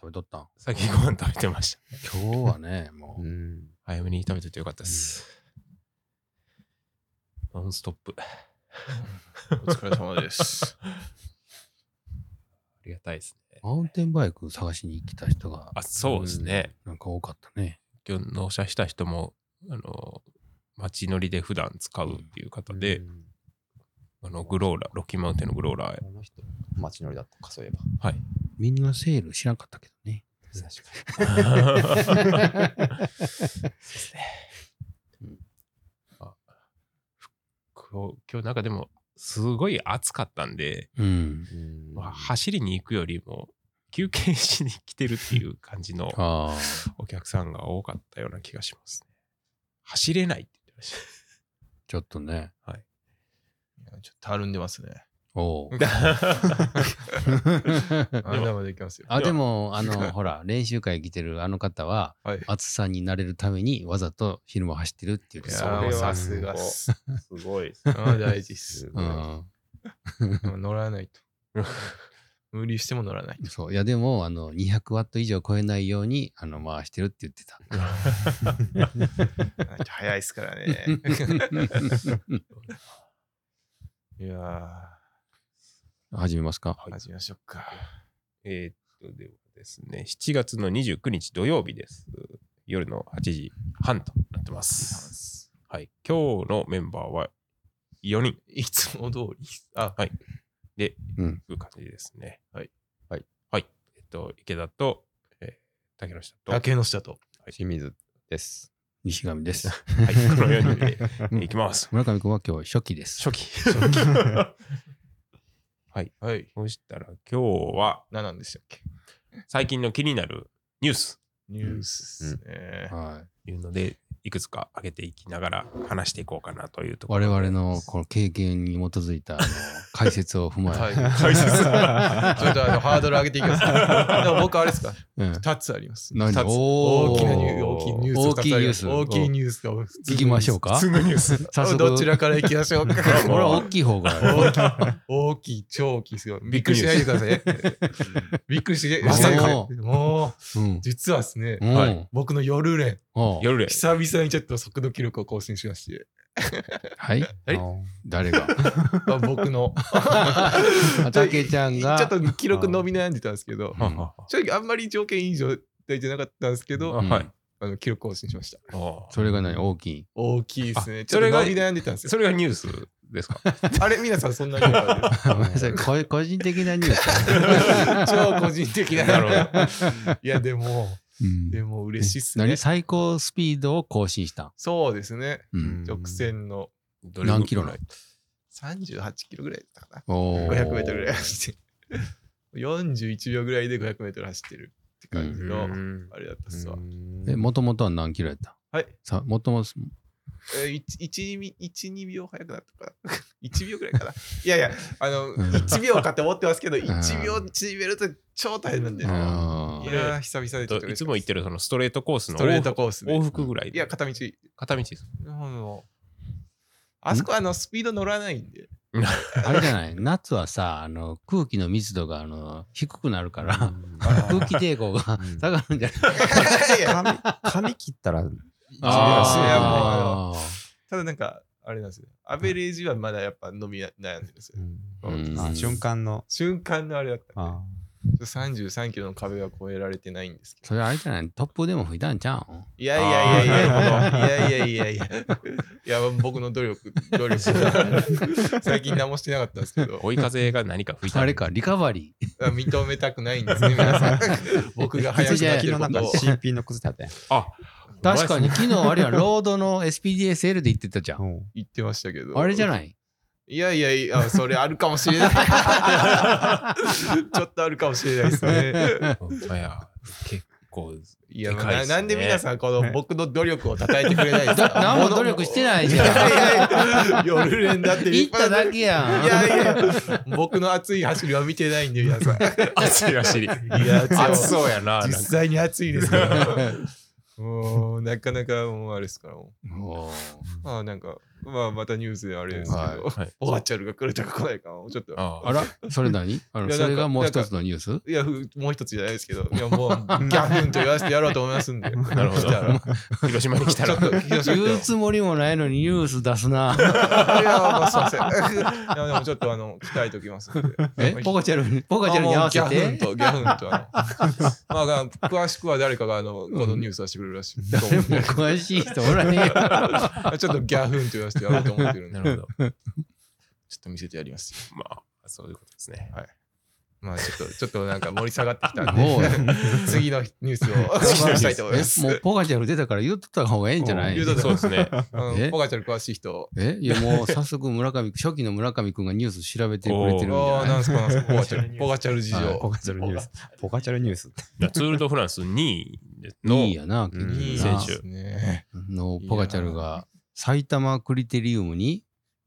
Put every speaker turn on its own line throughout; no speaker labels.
食べとったん
先ご飯食べてました。
今日は ね、もう。
ん。
早めに食べといてよかったです。ノンストッ プ。あ
お疲れ 様です。
りがたいですね。
マウンテンバイク探しに来た人が、
あ、そうですね。
なんか多かったね。
今日納車した人も、あの、街乗りで普段使うっていう方で、
うん、
あの、グローラ、ロッキーマウンテンのグロー ラー、
この人、街乗りだったか、そういえば。
はい。
みんなセール知らんかったけどね。
確か
あこう今日なんかでもすごい暑かったんで、
うん。
に。うん
まあ、走りに行くよりも休憩しに来てるっていう感じの
ああ。
お客さんが多かったような気がしますね。走れないって言ってまし
ちょっとね。
ちょっとたるんでますね。
おう
涙までいきますよ。
あ、でも、あの、ほら、練習会来てるあの方は、
はい。
暑さに慣れるためにわざと昼間走ってるっていう
い
ね
や
それは
ーさすがっす。
た。 すごい。
あー大事っす。
う
うん
ん。
乗らないと。無理しても乗らない。
そう。いや、でも、あの、200ワット以上超えないように、あの、回してるって言ってた。
早いっすからね。いや
始めますか。
ー、始めましょうか。
えーっと、ではですね、7月の29日土曜日です。夜の8時半となってます。はい。今日のメンバーは4人
いつも通り。あ、
で、
うん
いう感じですね。
はい。
はい。
はい。えっと、池田と、えー、竹野下と、
崖の下と。
清水です。
西上です。
はい、この4人で、えーいきます。
村上君は今日初期です。
初期。はい。
はい。
そしたら今日は
何なんでしたっけ
最近の気になるニュース
ニュースですね。
はい。
というので、いくつか上げていきながら話していこうかなというところ
我
で。
々のこの経験に基づいたあの 解説を踏ま
はい。
え、
解説。ちょっとあのハードル上げていきます。でも僕あれですか
うん、
?2 つあります。
何
二つ
おー
大きなニュース、大きいニュース。
大きいニュース
大きいニュースが普通のニュース。
行きましょうか
普通のニュース。
早速
どちらから行きましょ うか。
これは大きい方が
大きい、大きい、超大きいですよ。びっくりしないでくだ さい。びっくりして、
まさか
もうもう、
うん
実はですね、
うん
は
僕の夜練、
おう
夜で
久々にちょっと速度記録を更新しまして、
はい
え
おう誰 が
まあ僕の、
たけちゃん
ち
が
ょっと記録伸び悩んでたんですけど
う、ん
はは
正直あんまり条件いい状態じゃなかったんですけど、
うん
はい
あの記録更新しました。
は
それが何大きい
大きいですね。
あ
ちょ
そ
っ
れ
と
が
伸び悩んでたんですよ。
それがニュースです か
あれ、皆さんそんなに言わないです
ごめ んなさいこ個人的なニュース、
超個人的な。
なる
いや、でも、
うん
でも嬉しいっすね
何。最高スピードを更新したん、
そうですね。
うん、
直線の
どれぐらい
何キロなの
38キロぐらいだったか
お
な。
ー
500メートルぐらい走ってる。41秒ぐらいで500メートル走ってるって感じ
う
の、
ん
あれだったっすわ。
えもともとは何キロやった
はい。
さもともと
えー、1、2 1 2秒早くなったかな。1秒ぐら いかな。いやいや、あの、
ん
1秒かって思ってますけど、1秒縮めると超大変なんで。いや
あー
ー、久々でちょっ
と
と嬉しかった
いつも行ってるそのストレートコース
ス
の
トレー
往
ト
復
コースで
往。復ぐらい
いや、片道。
片道です。
もうあそこあのスピード乗ら ないんで。
あれじゃない夏はさあの空気の密度があの低くなるから空気抵抗が
うん
下がるんじゃない
いやいや
髪髪切ったら、
あ
あー
ただなんか、あれなんですよ。アベレージはまだやっぱ伸び悩んでるんですよ。
うん
あ瞬間の。
瞬間のあれだったんで
あ
33キロの壁は越えられてないんですけど。
それあれじゃない突風でも吹いたんちゃうん
いやいやいやいや、いやいやいやいや。いや、僕の努力、努力。 最近何もしてなかったんですけど、
追い風が何か吹いた
あれか、リカバリー。
認めたくないんですね、皆さん。僕が早くでき
昨日
るこ
なんか
とを。
新品の靴だったや
確かに、昨日あれはロードの SPDSL で行ってたじゃん。
ん。
言ってましたけど。
あれじゃ
な
な
い
い
いやいやいや、それあるかもしれない。ちょっとあるかもしれないです
い
ね。
や、結構、
いや、
でかいっ
な
すね
なんで皆さん、この僕の努力を称えてくれないですか
何も努力してないじゃん
いやいやいや夜練だって
行っ
立
た
派な
だけやん。
いやいや、僕の熱い走りは見てないんで、皆さん。
熱いらしい。
いや熱い
熱そうやな。
実際に熱いですから。もう、なかなかもうあれですから。もう
も
まあ、なんか、まあ、またニュースであれですけ
はい
ど、
はい
ポガチャルが来るとか来ないかも、ちょっと。
あ
あらそれ何あ
い
の
や
そ
な
れ
んか
がもう一つのニュース
いや、ふもう一つじゃないですけど、いや、もう、ギャフンと言わせてやろうと思いますんで。な
る ほどあ広島に来た
ちょ
ら
っ。と、広島
言う
来
つもりもないのにニュース出すな。
たら。いや、まあ、すいません。いや、でもちょっと、あの、鍛えときますんで。
えポカチャルに、ポカチャルに合わせ
あもうギャフ
て。
ンと、ギャフンと、あの、まあ、詳しくは誰かが、あの、このニュース出してくれるらしい。
誰も詳しい人おらへんやろ。
ちょっとギャフンと言わせてやろうと思ってるんで、
な
ちょ
るほど。
っと見せてやりますよ。
まあ、そういうことですね。
まあ、ちょっと、ちょっとなんか盛り下がってき たんで、
もう、
次のニュ ースを話したいと思いま
え
す
も。うポカチャル出たから言っとった方がええんじゃない
言うとった
そうですね。
あ
え
のポガチャル詳しい人。
えいやもう早速村上、初期の村上くんがニュース調べてくれてるんじ
ああ、
ゃ
な
なんい
すか、なんす か、ポガチャル。ポガチャル事
はい
ポ
情。
カチャルニュース。ポカチャルニュースって。
ツール・ド・フランス2位
いい
の
やな、
うん
いい
な
選手
ですね。
のポカチャルが埼玉クリテリウムに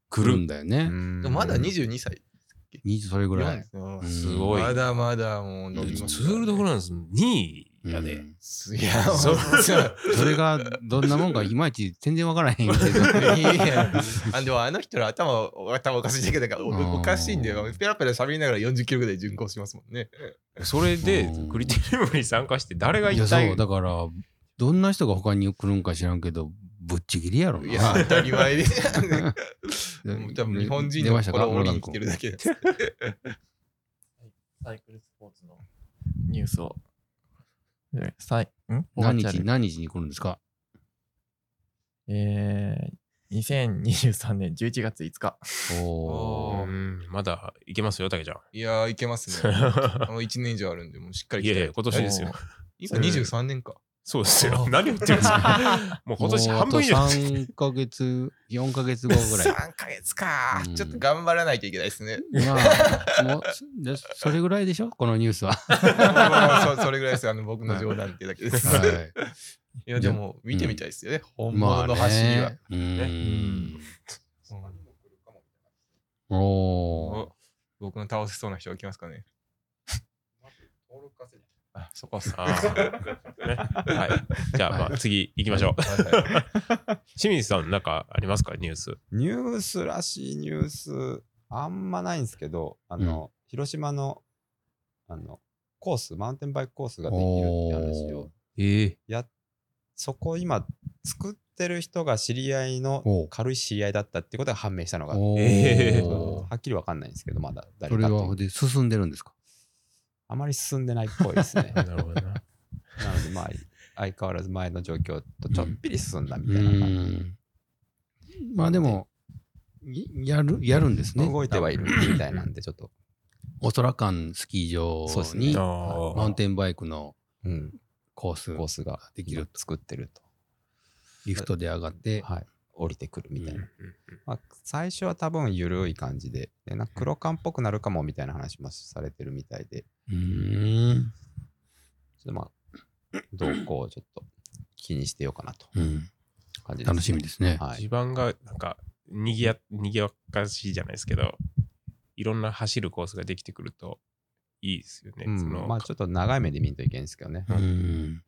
来るんだよね。
でもまだ22歳。
20それぐらい。
4
うん
すごい
まだまだもう伸びます
ツ
か
ー
らね。
ル・ド・フランス2位や
う
で。
ん
いや、
そ
そうう。
それがどんなもんかいまいち全然わからへんけど。
いやあでもあの人ら頭頭おかしいだけだから
うん
おおかしいんだよペラペラ喋りながら40キロぐらい巡航しますもんね。
それで
うん
クリティウムに参加して誰が
い
一
やそ
体
うだからどんな人が他に来るんか知らんけどぶっちぎりやろ
いや
な。
当たり前で。もう多分日本人
出
の
ましたか
心を折りに来
村上
て
君
るだけです。
サイクルスポーツのニュースを。えサイんポガ
何
チャ
日
ル
何日に来るんですか
えー、2023年11月5日。
おー
うんまだいけますよ、たけちゃん。
いやー、いけます ね。あの1年以上あるんで、もうしっかり
い
来
やい
て
や、今年ですよ。
今23年か。
そうですよ。 何を言ってるんですか。 もう今年半分以上
もうあと3ヶ月4ヶ月後ぐらい。
3ヶ月か
う。ん
ちょっと頑張らないといけないですね。
まあもうでそれぐらいでしょこのニュースは。
まあそそれぐらいです。あの僕の冗談ってだけです。い
は
や、でも見てみたいですよね。
い
本物の
まあ
走りは
ね。うん。
うん
おー
お僕の倒せそうな人が来ますかね。あ、そこっす
あーねはい。じゃあ、まあ次行きましょう。
はいはい
清水さん、なんかありますか、ニュース。
ニュースらしいニュース、あんまないんですけど、あの、広島の、あの、コース、マウンテンバイクコースができるって話を、
ええ
や、そこ今、作ってる人が知り合いの
おう、
軽い知り合いだったってことが判明したのが、は
おー
えー
っきりわかんないんですけど、まだ誰
それ
かと
はで進んでるんですか
あまり進んでないっぽいですね。な
るほど な。
ので、まあ、相変わらず前の状況とちょっぴり進んだ
う
みたいな感じ。
んまあでも、いやる、やるんですね。
動いてはいるみたいなんで、ちょっと。
オトラカンスキー場
そうですね
に、
あ
マウン
ー
テンバイクの
うん、
コース、
コースが
できる
今作ってる
リフトで上がって
と、、はい、降りてくるみたいな、
う
まあ、最初は多分緩い感じででなんか黒缶っぽくなるかもみたいな話もされてるみたいで
うーん。
ちょっとま あどうこうちょっと気にしてようかなと
うん
感じです、
楽しみですね。
は
地
い、
盤がなんかにぎやにぎやかしいじゃないですけど、いろんな走るコースができてくるといいですよね。
う
そ
ん、
の
まあちょっと長い目で見るといけんですけどね、
うん。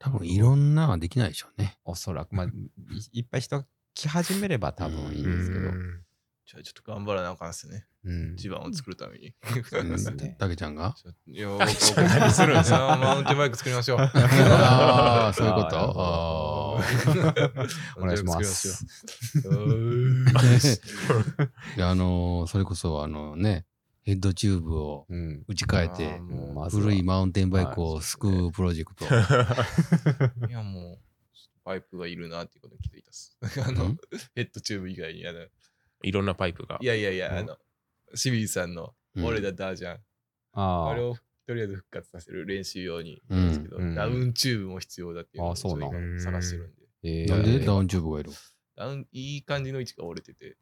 多分いろんなはできないでしょうね。
おそらくまあいいっぱい人が来始めれば多分いいんですけ
う
ど、
ん
じゃあちょっと頑張らなあかんっすね。
うん
地盤を作るために。
ですね
たけちゃんが
いや、
あちょっと何するんですか
僕マウンテンバイク作りましょう。
ああ、 そういうこ
あーなるほど
と。あー
お願いします。
いやあのー、それこそ、あのね、ヘッドチューブを
うん、
打ち替えて、
もう
も
まずは
古いマウンテンバイクを救うプロジェ クト。
う、いやもう、パイプがいるなっていうことに気づいたっす。 あ
う
の
ん、
ヘッドチューブ以外に、あの、い
いろんなパイプが。
やいやいや、あの、清水さんの、
うん
俺だダージャン、
あ
あれ
ー
をとりあえず復活させる練習用になんですけど、
うん
ダウンチューブも必要だっていうのを
あそうなん
ちょっと今探してるんで、
えー
なんでダウンチューブがいる
ダウンいい感じの位置が折れてて、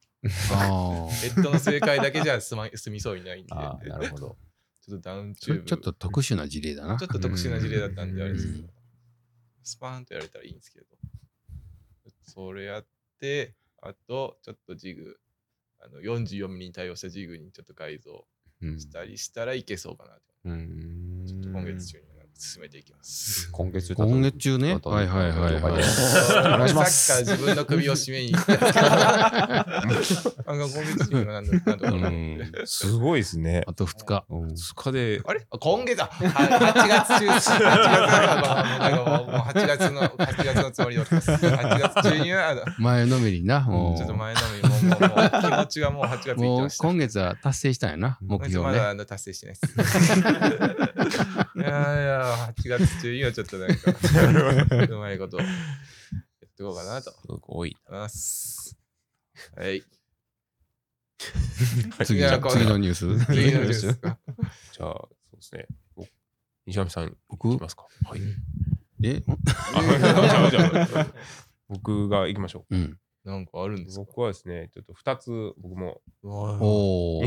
ああ。
ヘッドの正解だけじゃ済ま済みそうにないんで、ち
あーな
ょ
るほど
っとダウンチ
そ
ュー
れ
ブ、
ちょっと特殊な事例だな
ちょ。っと特殊な事例だったんで、あれですけ
う
ど、スパーンとやれたらいいんですけど、それやって、あと、ちょっとジグ、あの44ミリに対応したジグにちょっと改造
うん
したりしたらいけそうかなと。
うん
ちょっと今月中にはなんと進めていきます。
今月中
今月中ね。
例えば
はいはいはい
例えば
はい。
お
願いします
さっきから自分の首を絞め に行ってますけどなんか今月中なんだなんだろうな
うん すごいですね。
あと2日。
うん
2日で、
あれあ今月だ。八月中、八月の、なんかもうもう8月の、8月のつもりだった。8月中には、あの
前のめりな。もう
ちょっと前のみ、もうもうもう気持ちがもう8月いって
もう
ました。
今月は達成したんやな、目
今月
標
まだ
ね。
あの達成してないです。いやいや、8月中にはちょっとなんか、うまいことやっていこうかなと
すごく多い。
思います。はい。
次
いや
の
こう
次のニュー ス。
次のニュース。
じゃあ、そうですね。お西上さん、
僕
行きますか。はい。
え
あじゃあじゃあじゃあ僕が行きましょ
うん。
なんかあるんです
う。
か
僕はですね、ちょっと2つ、僕も
おお。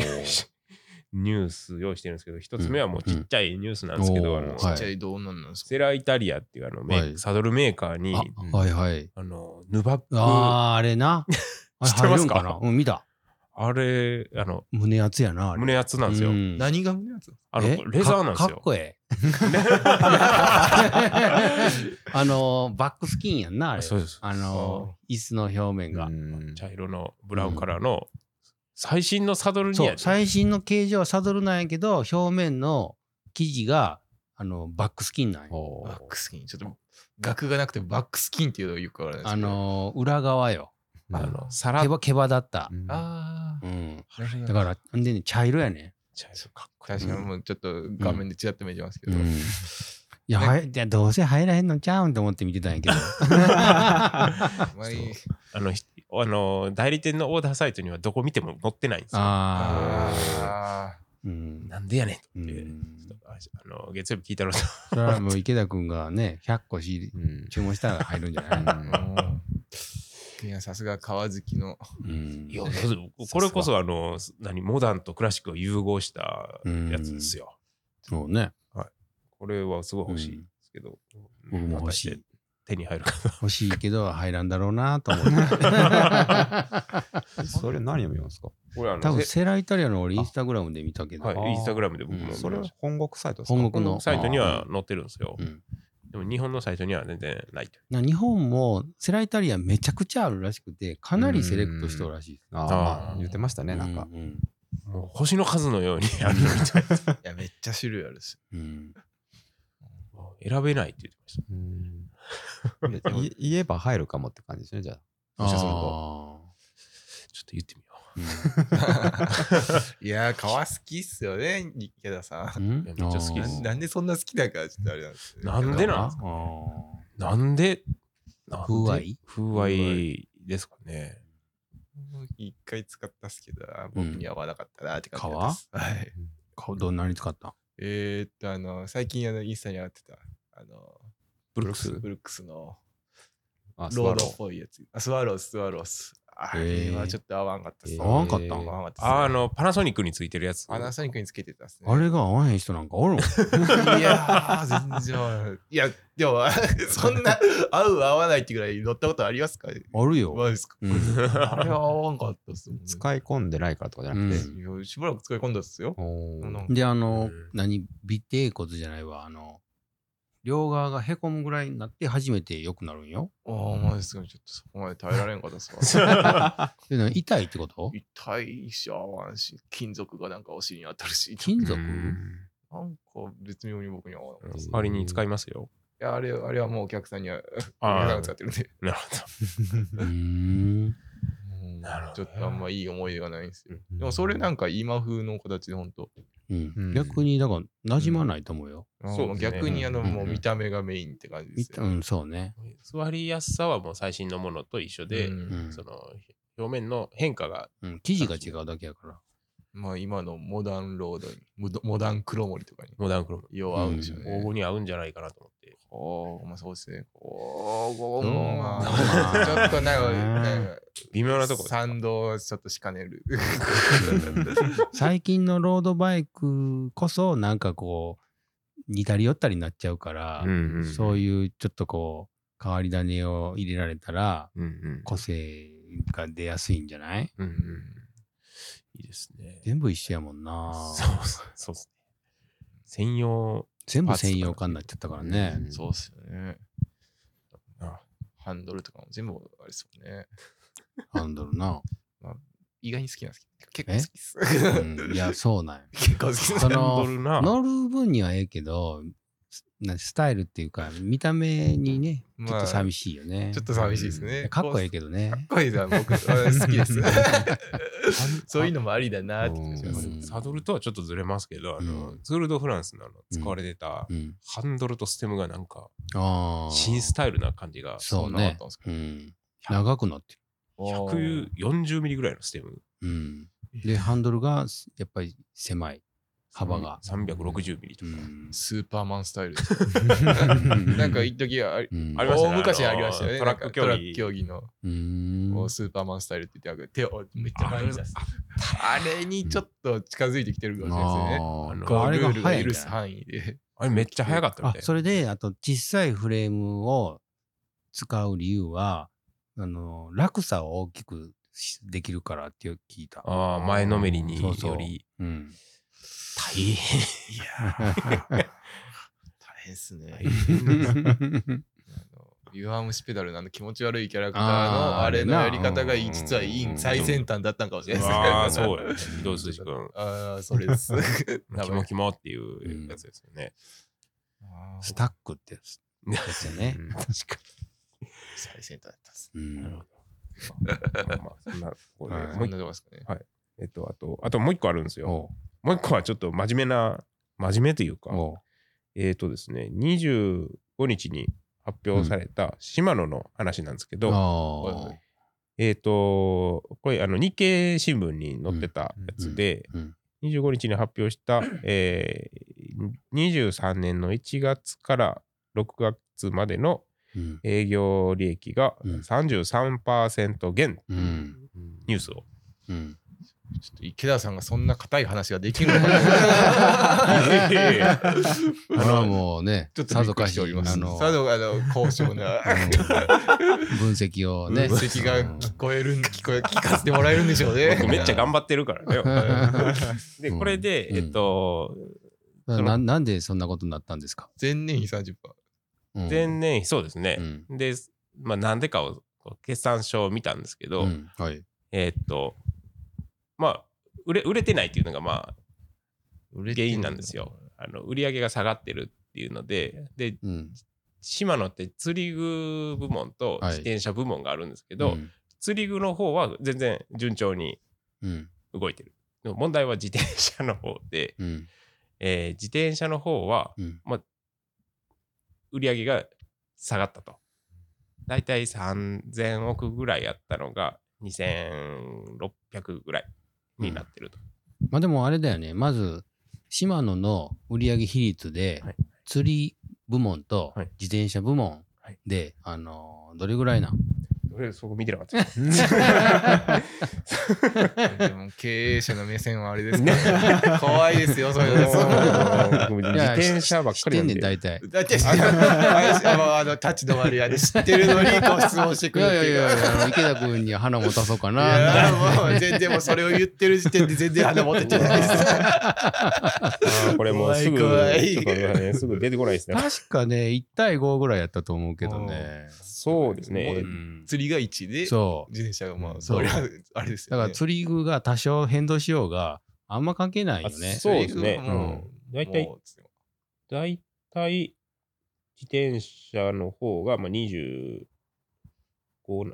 ニュース用意してるんですけど、1つ目はもうちっちゃいニュースなんですけど、
うん
あの
おー
ち
はい
っちゃいどうなんなんですか
セライタリアっていうあのメーカー
はい
サドルメーカーに、
あはいはい。
あの、ヌバック、あ
ああー、あれ な。あれ
知ってますか
入るんなうん、見た。
れ、あの、
胸熱やな、あれ。
胸熱なんですよ。
うん
何が胸やつ
あの、
え
レザーなんです
か
よ。
かっこ ええ。あの、バックスキンやんな、あれ。
そうです。
あの、椅子の表面が。
茶色のブラウンカラーの最新のサドルに
そ
や
う、最新の形状はサドルなんやけど、表面の生地が、あの、バックスキンなんや。
バックスキン。ちょっと、額がなくてバックスキンっていうのがよくわからないです
あ
けど。
の、裏側よ。
あの、さら
毛羽毛羽だった。
あ
うん。
あ、なるほ
だ
ど
から、んでね、茶色やね。
茶色かっこ
確かにもうちょっと画面で違ってもいいますけ
う
ど。
ん。いや、
ね
はやいやどうせ入らへんのちゃうんと思って見てたんやけ ど。
あんまり
あの、ひあの代理店のオーダーサイトにはどこ見ても載ってないんですよ。
ああ。
あ
うん。
なんでやね
うん
って。
ん
ちょっとああの月曜日聞いたろと。
それはもう池田君がね、100個仕入れ注文したら入るんじゃない
ーいや、さすが川好きの。
うん
いやこれこそあの何モダンとクラシックを融合したやつですよ。
そうね。
これはすごい欲しいですけど、
僕も欲しい
果たて手に入るかな。
欲しいけど入らんだろうなと思 って。
それ何読みますか
これあの
多分
せ
セライタリアの俺インスタグラムで見たけど。
は
あー
い、インスタグラムで僕
う
も
ん
それは本国サイトですか
本国の。
サイトには載ってるんですよ
う。ん。
でも日本のサイトには全然ないと。
な日本もセライタリアめちゃくちゃあるらしくて、かなりセレクトしとるらしいです。
あーまあ言ってましたね、なんか。
ううん
もう星の数のようにあるみたいな。
いや、めっちゃ種類あるし。
うん。
もう選べないって言ってました。
うんでい言えば入るかもって感じですね、じゃあ。
あ
もしかする
ちょっと言って
ー
みよ
いや、川好きっすよね、池田さ。
うんん
いやめっちゃ好きで
な
す
んなんでそんな好きだか、ちょっとあれなんですけど
なんでなんです
あ
う。なんでなんで
風合い
風合いですかね。
一回使ったっすけど、あ僕には合わなかったなって感じ
うん
です。はい。
ー顔どんなに使った
えーっと、あの、最近、あの、インスタに上がってた、あの、
ブルックス。
ブルックスの
あ
ロードっぽいやつ。あスワロース、スワロース。あれはちょっと合わんかったっすね
合わんかったん
合わんかったっすね
ああの、パナソニックについてるやつ。
パナソニックにつけてたっすね。
あれが合わへん人なんかお るん
いやー、全然合わない。いや、でも、 そんな、合う合わないってぐらい乗ったことありますか
ある
マ
よ。
ジですか
うん
あれは合わんかったっすもん、ね。
使い込んでないからとかじゃな くて。
うん
いやしばらく使い込んだっすよ。
おー
なんか
で、あの
うん、
何、尾低骨じゃないわ、あの、両側がへこむぐらいになって初めて良くなるんよ。
ああ、マジですか。ちょっとそこまで耐えられんかったっすわ。
でな痛いってこと
痛いし、合わんし、金属がなんかお尻に当たるし、
金
う
属
ん
なんか別妙に僕には合わなかったっす。い
代わりに使いますよ。
や、あれ、あれはもうお客さんには、お
あ
客さん
あ
が使、ってるんで。
なるほど。
うーん。
なるほど
ちょ
ね
っとあんまいい思い出がないんですよ。でもそれなんか今風の形でほんと。
うん
ん
逆に、だから、馴染まないと思うよ。
そうですね
逆にあの
うん
もう見た目がメインって感じで
み
す
う
よ。
ん、そうね。
座りやすさはもう最新のものと一緒で、
うん
うん
その表面の変化が、
うん、生地が違うだけや から。
まあ今のモダンロードに、モドモダン黒森とかに、
モダンクロム、
よう合うんでしょう
黄
ね。
金に合うんじゃないかなと思って。
おお、まあそうですね。おお、
どう
ま
まあ
あ、ちょっとなんか、
ね
なんか
微妙なとこです。
賛同をちょっとしかねる。
最近のロードバイクこそ、なんかこう、似たり寄ったりになっちゃうから、
うんうん
そういうちょっとこう、変わり種を入れられたら、
うんうん
個性が出やすいんじゃない
うんうんいいですね。
全部一緒やもんな。
そうそうそうっすね。専用
全部専用化になっちゃったからね。
うん
そうっすよね。
あ
ハンドルとかも全部あれですもんね。
ハンドルな。
意外に好きなんですけど、結構好き
う
っす。
ん、いや、そうなんや。
結構好きっす。
そ
ハン
の
ド、ルな。
乗る分にはええけど、スなスタイルっていうか、見た目にね、ちょっと寂しいよね。
ちょっと寂しいです
うん
ね。
かっこええ
こ
けどね。
う。かっこいいのは僕、あ好きです そういうのもありだなって気がします。
うん
サドルとはちょっとずれますけど、あの
うん
ツール・ド・フランスのあの使われてた
うん。
ハンドルとステムがなんか
ああ。
新スタイルな感じが
そう
そんなのあっ
ね
たんです。か
うん。長くなって
140ミリぐらいのステム
る。うん。で、ハンドルがやっぱり狭い。幅が。
360ミリと
う
か。
ん。
スーパーマンスタイルで す。
な
なんか一時あり、
うん
ありましたね
大昔ありましたよね。
あのトラック競技
なんかトラック競技の
うーん
こうスーパーマンスタイルって言って、手をめっちゃ前に出す。あれにちょっと近づいてきてるかもしれないですよね。
あ
あの
ー
こ
こ
う
うあれ
ル
が
ールが
早いん
許
じ
す
ゃない
範囲で。
あれめっちゃ速かったみ
あ
たい
それであと小さいフレームを使う理由はあの落差を大きくしできるからって聞いた。
ああ、前のめりに
そ
よ
うそう
り
うん、
大 変。
いや大変っすね。あの弱虫ペダルのあの気持ち悪いキャラクター
あー
のあれの
あれ
や
な
り方がいい実はいい
うん
ん最先端だったんかもしれないですね
ああ、そうやね。移動筋君。
ああ、それです。
キモキモっていうやつですよね。
あー
スタックってやつ
ね
ですよね。
確か
最先端だったっす。
うん
なるに。まあまあ、そんなところで
はい
も
こ
うん一
なとこですかね。
えっと、あと、あともう一個あるんですよ。
おう
もう一個はちょっと真面目な、真面目というか、
おう
えっとですね、25日に発表されたシマノの話なんですけど、
ああ
えっ、と、これ、あの日経新聞に載ってたやつで、
うんうん
25日に発 表した、えー、23年の1月から6月までの
うん
営業利益が
うん
33%減、
うん
ニュースを。
うん
ちょっと池田さんがそんな硬い話ができるのかな
いやいやいや
これはもうね
ちょっと
さ
び
ぞ
っく
か
りし
して
おり
あ
ま
の
す。さぞあの高尚な
うん分析をね。
分析が
うん。
聞こえるん聞こえ聞かせてもらえるんでしょうね。
めっちゃ頑張ってるからね で、これで、
うん
えっと、
ななんでそんなことになったんですか
前年比30%。
うん
前年比、そうですね。
うん
で、まあ、なんでかを、こう決算書を見たんですけど、
うんはい。
えーっと、まあ、売れ売れてないっていうのが、まあ、原因なんですよ。あの売り上げが下がってるっていうので、で、
うん
島野って釣り具部門と
はい
自転車部門があるんですけど、
うん
釣り具の方は全然順調に
うん
動いてる。でも問題は自転車の方で、
うん
えー自転車の方は
うん
売り上げが下がったと。だいたい3000億ぐらいあったのが2600ぐらいになってると。
まあでもあれだよね、まず、シマノの売上比率で
はい、
釣り部門と
はい
自転車部門
はい
で、あのーどれぐらいなん
俺そこ見てな かったです。
でも経営者の目線はあれですから怖いですよ、それだ と。
僕自転車ばっかり
知って
なんん
ね
で
ん、大体。
だって知ってる林あのあの立ち止まるやで知ってるのにこう質問して
い
くるっ
や
て
いやい
いう
やいや、あの池田君に花持たそうか
い
な。
やもう全然もうそれを言ってる時点で全然鼻持ってっちゃないです。
あ ーこれもうすぐ、ちょ
怖い
っとね、すぐ出てこないで す ね。
確かね、1対5ぐらいやったと思うけどね。
そうですね。えー
う
ん
釣りが1で、自
そう。
転車がまあ、
そ
そうれはあれです
だ
よ、ね。
から釣り具が多少変動しようが、あんま関係ないよね
あ。そうですね
釣り具も
大体
もう
大体、自転車の方が、まあ、25な、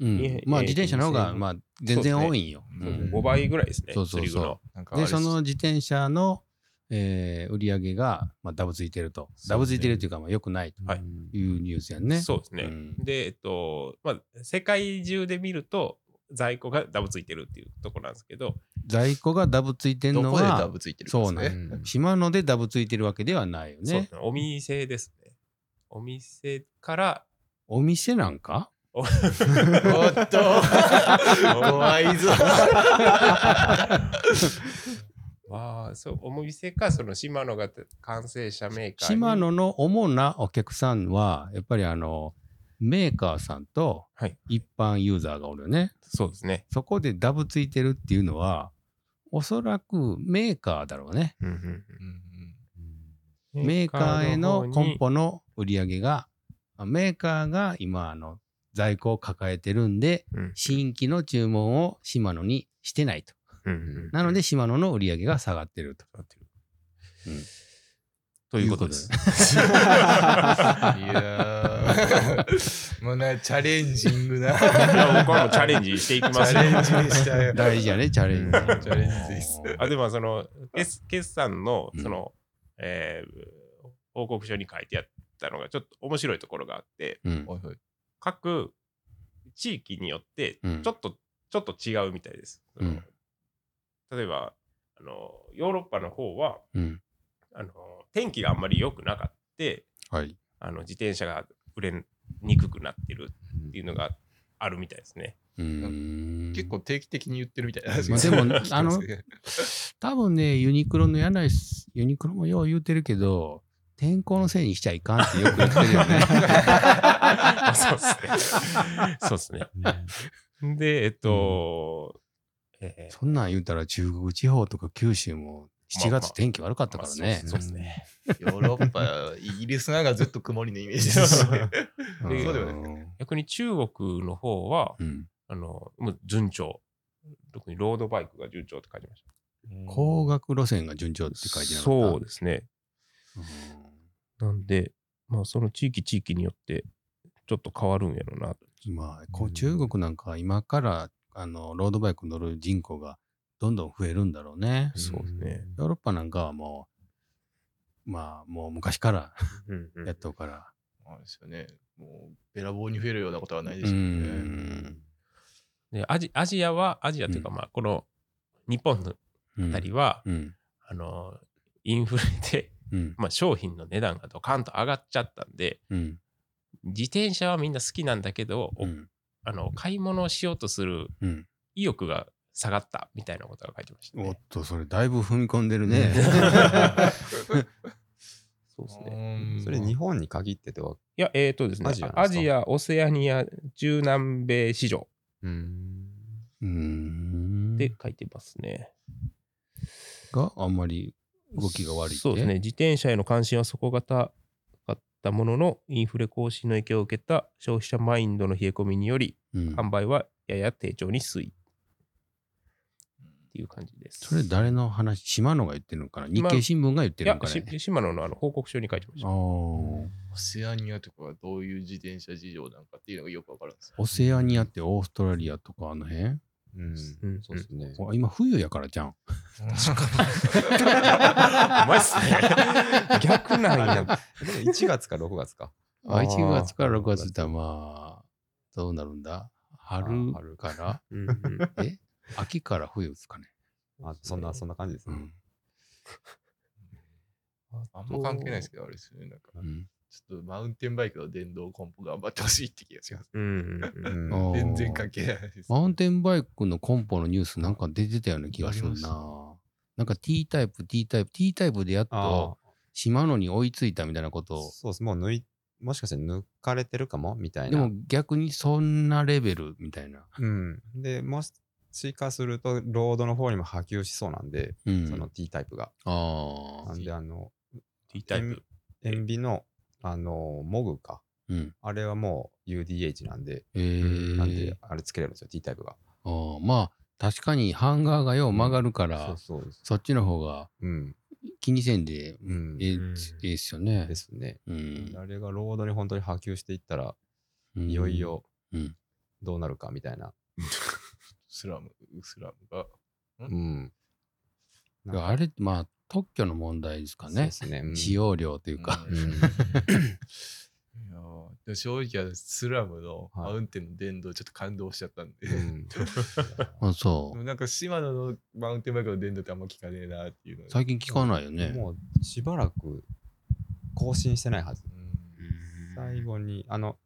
うん
え、
まあ
え
自転車の方が
2000
まあ全然多いんよ。
そうですね
うん
5倍ぐらいですね。
そうそうそう
釣り具の
なんかあ
で
れです
その自転車の、えー売り上げが、まあ、ダブついてると、ダブついてるというか、まあ、よくない
はい
というニュースやんね。
そうですね。
うん
で、えっと、まあ、世界中で見ると、在庫がダブついてるっていうところなんですけど、
在庫がダブついてる
ど
の
こでダ
は
ブついてるんです
そう
か
な
ね。
ん島野でダブついてるわけではないよ
そうで
ね
す。ねお店ですね。お店から、
お店なんか
おっと怖いぞ。
ああ、そう、お店か、その島野が完成者メーカーに。
島野の主なお客さんはやっぱりあのメーカーさんと
はい
一般ユーザーがおるよね。
そうですね。
そこでダブついてるっていうのはおそらくメーカーだろうね。
うんうんうん
うんうん
メーカーへの
コ
梱包の売り上げが、あメーカーが今、あの、在庫を抱えてるんで、
うん
新規の注文をシマノにしてないと。
うんうん
なので、シマノの売り上げが下がってると。
なってる
うん
ということです。
いやー、もうね、チャレンジングな。チ
いや僕 はもうチャレンジしていきます
ャ
よ。
レンジしたよ。
大事やね、チャレンジ。
うん
チャレンジです。
あでもその決決算の
うん
その、えー報告書に書いてあったのがちょっと面白いところがあって
うん。
おいおい
各地域によって
うん
ちょっと、ちょっと違うみたいです。その例えばあのヨーロッパの方は
うん。
あの天気があんまり良くなかって
はい。
あの自転車が売れにくくなってるっていうのがあるみたいで すね。
うーん
結構定期的に言ってるみたいな。
まあでもあの
聞きますね
多分ね、ユニクロの柳井す、ユニクロもよう言うてるけど、天候のせいにしちゃいかんってよく言ってるよ ね。
まあそうですね。そうですね。で、えっと、えー
そんなん言うたら中国地方とか九州も7
まあま
月
あ
天気悪かったから
まあ
ね。
そうですね。
ヨーロッパ、イギリスなんかずっと曇りのイメージですね。
うん
そうだよ
逆に中国の方は、
うん
あの、もう順調。特にロードバイクが順調って書いてました。
高額路線が順調って書いてなかった
そうですね。
うん
なんで、まあその地域地域によって、ちょっと変わるんやろうな。
まあ、こう中国なんかは今からあのロードバイク乗る人口がどんどん増えるんだろうね。
そうですね。
ヨーロッパなんかはもう、まあもう昔から
うんうん
やっとうから。
そうですよね。もう、べらぼうに増えるようなことはないで
う
すよね。
ん。
でアジアジアは、アジアというか、
うん
まあこの日本の
うん
あたりは、
うん。
あの、インフレで、
うん。
まあ、商品の値段がドカンと上がっちゃったんで、
うん。
自転車はみんな好きなんだけど、お
うん。
あの買い物をしようとする
うん
意欲が下がったみたいなことが書いてました、
おっ
ね。
と、それだいぶ踏み込んでるね。
そうですね。
うん
それ日本に限っててわ
いや、えっ、とですね
アジアなんですか
アジア、オセアニア、中南米市場
うん
うーん。
で書いてますね。
があんまり動きが悪いって。
そうですね。。自転車への関心は底堅かったものの、インフレ更新の影響を受けた消費者マインドの冷え込みにより、
うん、
販売はやや低調に推移っていう感じです。
それ誰の話、島野が言ってるのかな日経新聞が言って
い
る
や
の、かね。
し島野のあの報告書に書いてまし
あ
た。
ー
オセアニアとかはどういう自転車事情なんかっていうのがよくわからんですよ。
オセアニアってオーストラリアとかあの辺
うん
うん
そうですね
お今冬やからじゃん。
うまいっすね。 逆なん や。
でも1月か6月か
あ
あー
1月から6月ってまあ、どうなるんだ
ー
春から
うんうん
え秋から冬ですかね。
あそんなそんな感じです
う
ね
ん。
あんま関係ないですけど、あれですよね。なんか、
うん
ちょっとマウンテンバイクの電動コンポ頑張ってほしいって気がします。
うん
う
うん
ん
あー
全然関係ないです。
マウンテンバイクのコンポのニュースなんか出てたような気がす
あ
る
りま
な。なんか T タイプ、T タイプ、T タイプでやっ
あ
と島野に追いついたみたいなことを。
そうですもう抜いもしかして抜かれてるかもみたい
で
な
も逆にそんなレベルみたいな。
うん、でもしかするとロードの方にも波及しそうなんで、
うん。
その T タイプが
ああ
な。んであの
T タイプ。
塩ビのあのモグか
うん。
あれはもう UDH なんで、
えー、
なんであれつけれるんですよ T タイプが
あーまあ確かにハンガーがよう曲がるから、
そう
そ
そうです
っちの方が
うん
気にせんで、
うん
ええ
うん
ええっすよね
で。すね、
うん。
あれがロードに本当に波及していったら、
うん
いよい。よ
うん
どうなるかみたいな
スラム、スラムが。
う、
うん
なんか
あれ、まあ特許の問題ですか
そうで
ね。
すね、うん
使用量というか。
うん。
うん
いやーでも正直、スラムのマウンテンの電動ちょっと感動しちゃったん で。
うん
あそ
でもなんか島野のマウンテンバイクの電動ってあんま聞かねえなっていうの
う。
が
最近聞かないよ ね。
もうしばらく更新してないはず
うん
最後にあの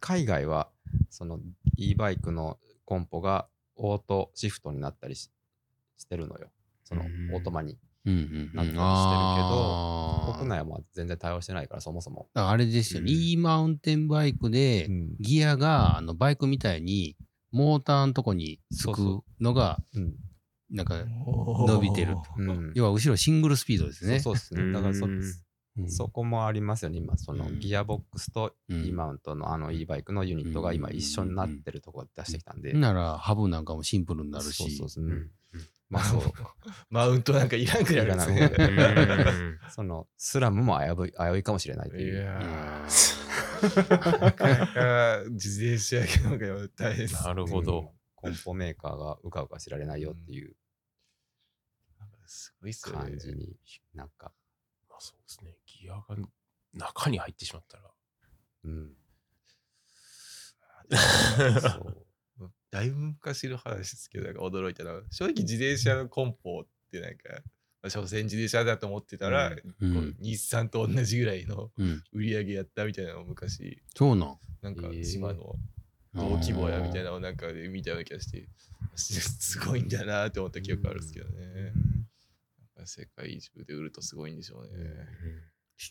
海外はその e バイクのコンポがオートシフトになったりししてるのよその
うん
オートマに
うんうんうん。
なんとかしてるけど
あー
国内はまあ全然対応してないからそもそも、
だからあれですよ、
うん
E マウンテンバイクで、
うん
ギアがあのバイクみたいにモーターのとこにつ
そう
くのが
うん
なんか、
伸
び てる
うん
要は後ろシングルスピードですね。
そうそうです
う
ね。
ん
だからそ
うん
そこもありますよね、今、その
うん
ギアボックスと
うん
E マウントのあの E バイクのユニットが今
うん
一緒になってるところ出してきたんで。
なら、ハブなんかもシンプルになるし。
そうそうそう。
ん
うんまあそう、
マウントなんかいらんくらいですね。
いらそのスラムも危うい危ういかもしれないと
い
いう。
やー、なかなか自転車系のが大変です。
なるほど。
うん。コンポメーカーがうかうか知られないよっていう
すごいっすよね
感じに、なんか、
まあそうですね。ギアが中に入ってしまった
うん。そ
ら。
う
だいぶ昔の話ですけど、なんか驚いたのは、正直自転車のコンポってなんか、まあ、所詮自転車だと思ってたら、
うん
こ
う。
うん日産と同じぐらいの
うん。
売り上げやったみたいなのを昔、
そうなん。
なんか
えー
島の同規模やみたいなのをなんかで見たような気がして、すごいんだなって思った記憶あるんですけどね。やっぱ世界中で売るとすごいんでしょうね。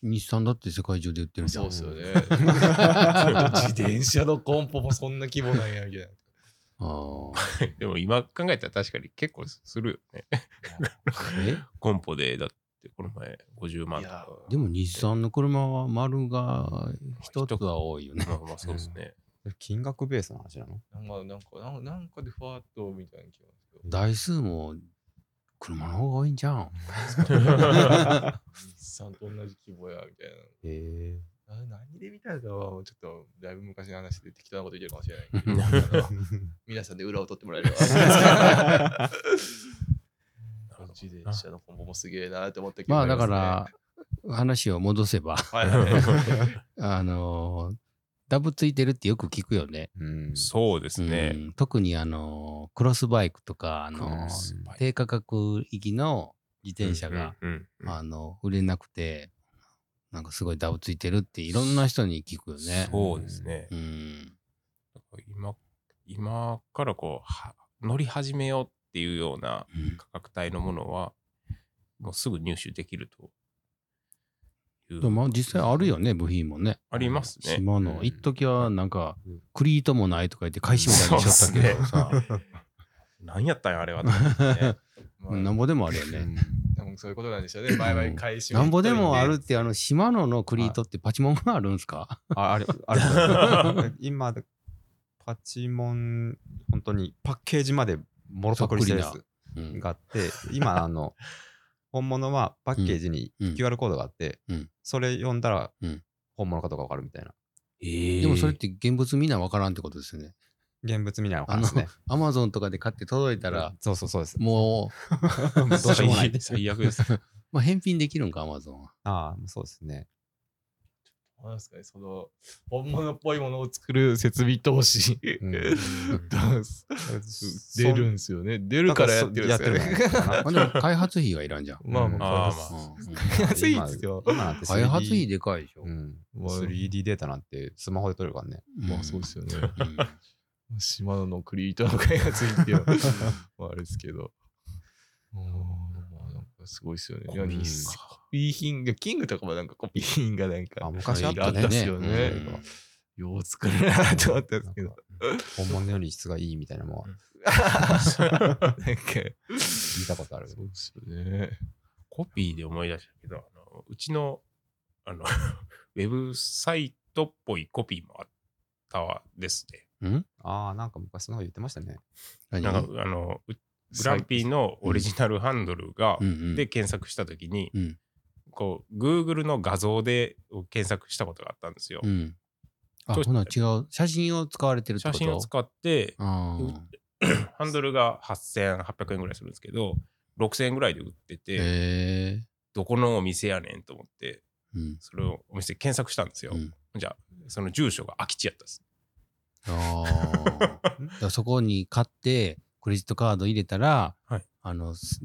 日産だって世界中で売ってるじゃ。
そうんっすよね。 自転車のコンポもそんな規模なんやみたいな。
あ
でも今考えたら確かに結構するよね。
あ。え
コンポでだってこの前50万
い
と
や
か。
でも日産の車は丸が一つは多いよね。
まあまあそうですね。
金額ベースの話なの
なんか、なんか、なんなんかでふわっとみたいな気がす る。
台数も車の方が多いんじゃん。
日産と同じ規模やみたい
へえ。
な。あ何で見たかはちょっとだいぶ昔の話で適当なこと言ってるかもしれないけど 皆さんで裏を取ってもらえれば 自転車のコンポもすげえなって思ったけど
まあだから、話を戻せば、
はいはい
あのーダブついてるってよく聞くよね。
う ん。
そうです
う
ね。
ん特にあのークロスバイクとか、あのー低価格域の自転車が、
うんうんうん。
あの売れなくて、なんかすごいダブついてるっていろんな人に聞くよね。
そうですね。
うん。
今今からこうは乗り始めようっていうような
うん
価格帯のものはもうすぐ入手できるとい
でも
う
まあ実際あるよね、部品もね。
ありますね。
島
う
の。
ん
一時はなんか
うん、
クリートもないとか言って買い占めたりしちゃったけどさ、
何やったんや あれはと思ってね。
まあ
なんぼでもあるよね。
多分そういうことなんでしょうね。毎回返し
なんぼでもあ るっ、
って
あの、島野のクリートってパチモンがあるんですか
あ、あれ、あれ、今、パチモン、本当にパッケージまでもろパクリしたや
そっ
つ
うん
があって、 今、あの、本物はパッケージに
うん
QR コードがあって
うん、
それ読んだら
うん
本物かどうかわかるみたいな。
でもそれって現物みんなわからんってことですよね。
現物みたいなのかですね。
アマゾンとかで買って届いたら、
そうそうそうです。
も
どうしようもない。
最悪です。
う、まあ、返品できるんか、アマゾンは。
ああ、そうですね。
なんですかね、その、本物っぽいものを作る設備投資、
うん
と 出るんですよね。出るからやってるんです
だ
よ
からそや
ね。
ってるのかな
まあ、でも開発費がいらんじゃん。
まあまあ、
あ
う
ー
ん
まあ
うん
安いですよ
今今なんて 3D
開発費でかいでしょ。
うん、
まあ
3D データなんてスマホで撮れるからね。
ん
まあそうですよね。
うん
島野のクリエイターの開発員っていうのはまああれですけど。うんまあなんかすごいですよね。いや
うん
日産コピー品が、キングとかもなんかコピー品がなんか、
あ昔あったね
いろいろですよね。
うん
なんか よう作るなと思ったん
なんか
ですけど。
本物より質がいいみたいなのも
なんか、
聞いたことある。
そうですよね。
コピーで思い出したけど、あのうちのあの ウェブサイトっぽいコピーもあったわですね。
ああ、なんか昔そんなこと言ってましたね。
何
なんかあのうグランピーのオリジナルハンドルが、
うんうん
で検索した時に、
うん
こう Google の画像で検索したことがあったんですよ。
うん。あ、ほ
そし
な違う。写真を使われてるってこ
写
と
真を使 って、
あー
ハンドルが8800円ぐらいするんですけど、6000円ぐらいで売ってて、
へえ。
どこのお店やねんと思って、
うん。
それをお店検索したんですよ。
うん
じゃあ、その住所が空き地やったんです。
ああ。だからそこに買って、クレジットカード入れたら、
はい
あの、す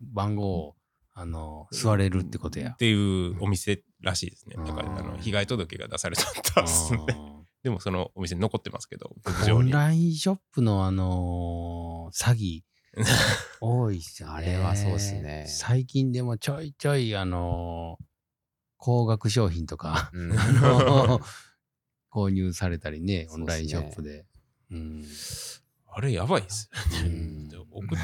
番号を、あの、座れるってことや
っ。ていうお店らしいですね。だから、あ
う
の
ん
被害届が出されたん
あ
ですね。
ー
でも、そのお店残ってますけど、屋
オ
上
ン
に。
ラインショップのあのー詐欺、多いっすよね。
あれはそうっすね
最近でもちょいちょい、あのー高額商品とか、
うん、
購入されたりね、
そ
オ
うっすね
ンラインショップで。うん
あれ、やばいです。
うん
で送っ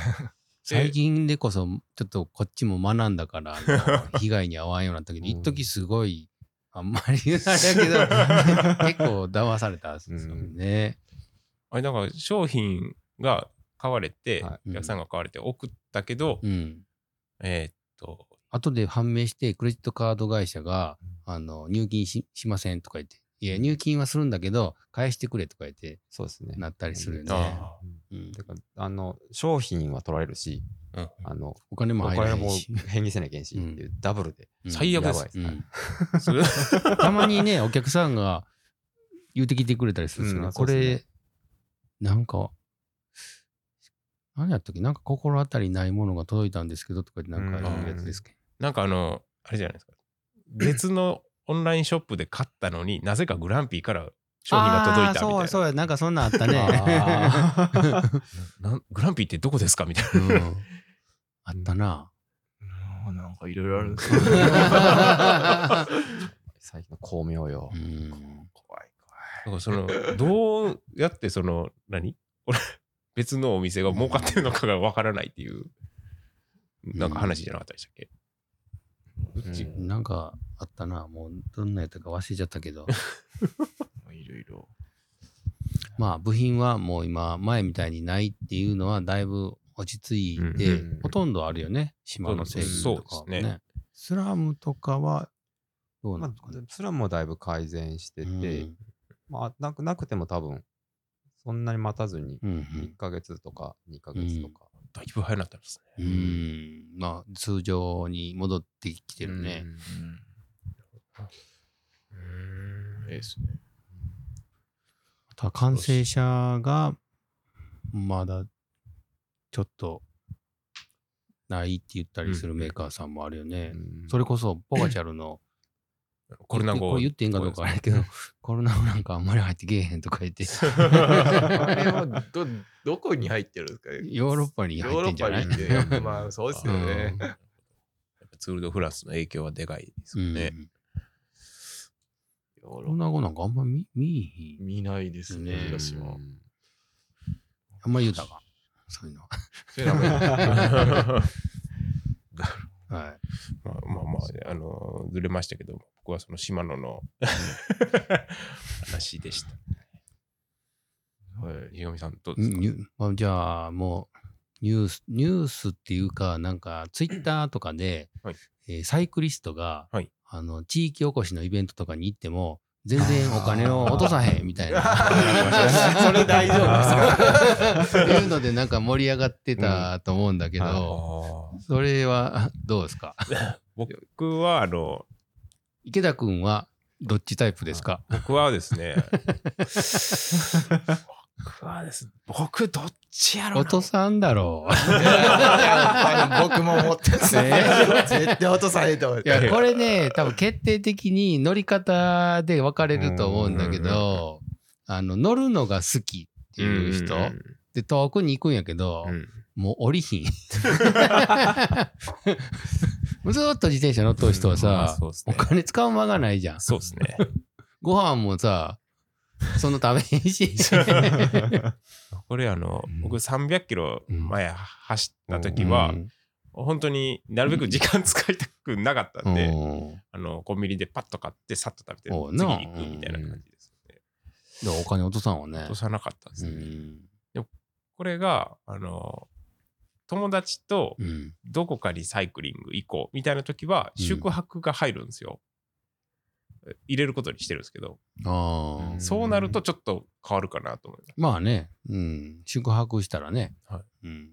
最近でこそちょっとこっちも学んだからあ の被害に遭わんようになったけど
うん
一時すごいあんまり言うなれ やけど結構騙されたんですよね。
あれだから商品が買われて、
い
は
う
お
ん
客さんが買われて送ったけど、
うん
えーっと
後で判明してクレジットカード会社が「あの入金ししません」とか言って「いや入金はするんだけど返してくれ」とか言って
そうですね。
なったりするよね。
あ
うん
うん
だからあの商品は取られるし、
うん
あの
お金
お
も入ら
金
ない
も
し。
返金せなきゃいけんしっていうダブルで。
うん
最悪で
や
す
ばい
うん
はい
ーそれ
たまにね、お客さんが言うてきてくれたりするんですよね。
うん
こ
そうで
れ、なんか、何やったっけなんか心当たりないものが届いたんですけどとかってなんか言うやつですけど。
なんかあのあれじゃないですか別のオンラインショップで買ったのになぜかグランピーから商品が届いたみたいな
あーそうそうや、なんかそんなんあったね。
あー
なんグランピーってどこですかみたいな
うんあったな。
なんかいろいろあるん です
最近の巧妙よ
う。ん
怖い
だから そのどうやってその何俺別のお店が儲かってるのかがわからないっていうなんか話じゃなかったでしたっけ、
うん
うち
なんかあったな。もうどんなやったか忘れちゃったけど。
怖い。いろいろ。
まあ部品はもう今前みたいにないっていうのはだいぶ落ち着いて、
うん
ほとんどあるよね島の製品とかは
そうです
ねスラムとかはどうなん
まあ
ですかね、、
それはもうだいぶ改善してて、
うん
まあなくなくても多分そんなに待たずに
うん
1ヶ月とか2ヶ月とか。
だいぶ早くなったんですね
うんうんまあ通常に戻ってきてるね、
うん
うん。ええですね。
あとは完成車がまだちょっとないって言ったりするメーカーさんもあるよね、
うん
それこそポガチャルの
コロナ
言って
後
これ言っていいんかどうかあれやけど、コロナ後なんかあんまり入ってけえへんとか言っ て、
あれはど、どこに入ってるんですかね
ヨーロッパに
ヨ
入
ー
っ
ロ
て
ッ
んじゃ
パ
な
に
い
行って、やっぱまあそうですよね。
やっぱツール・ド・フランスの影響はでかいです
う
よ
ん
ね、
ヨー
コ
ロ
ロ
ッパ
ナ後なんかあんま見見えひん。
見ないですね、
うん
私も。
あんまり言うたらあ かん。そういうのは。
そういうのは
はい。
まあまあまあ、あのずれましたけど僕はその島野の話でしたはいひがみさんどうですか
ニュあじゃあもうニュースニュースっていうかなんかツイッターとかで、
はい
えーサイクリストが、
はい
あの地域おこしのイベントとかに行っても全然お金を落とさへんみたいな
それ大丈夫ですか
いうのでなんか盛り上がってたと思うんだけど、
うん
あー
それは どうですか
僕はあの
池田君はどっちタイプですか
僕はですね僕はですね僕どっちやろ
お
うな
父さんだろう。
僕も思ってます
絶対落とされ たわ。
いや、これね、多分決定的に乗り方で分かれると思うんだけど、あの、乗るのが好きっていう人、で、遠くに行くんやけど、
うん
もう降りひん。 ずーっと自転車乗っとる人は
ま
さ
あ、そうです
お
ね
金使う間がないじゃん。
そうですね
ご飯もさ、そんな食べへん し。
これあの僕300キロ前走った時
う
は
ん
本当になるべく時間使いたくなかったん
う
で
ん
あのコンビニでパッと買ってさっと食べて
おう
次
な
行くみたいな感じですね
でもお金落とさんわね
落と。さなかったです
う
ね
ん
これがあの友達と
うん
どこかにサイクリング行こうみたいな時は
うん
宿泊が入るんですよ、入れることにしてるんですけど、
ああ。
うん
そうなるとちょっと変わるかなと思いま
まあね、うん、宿泊したらね、
は
うん、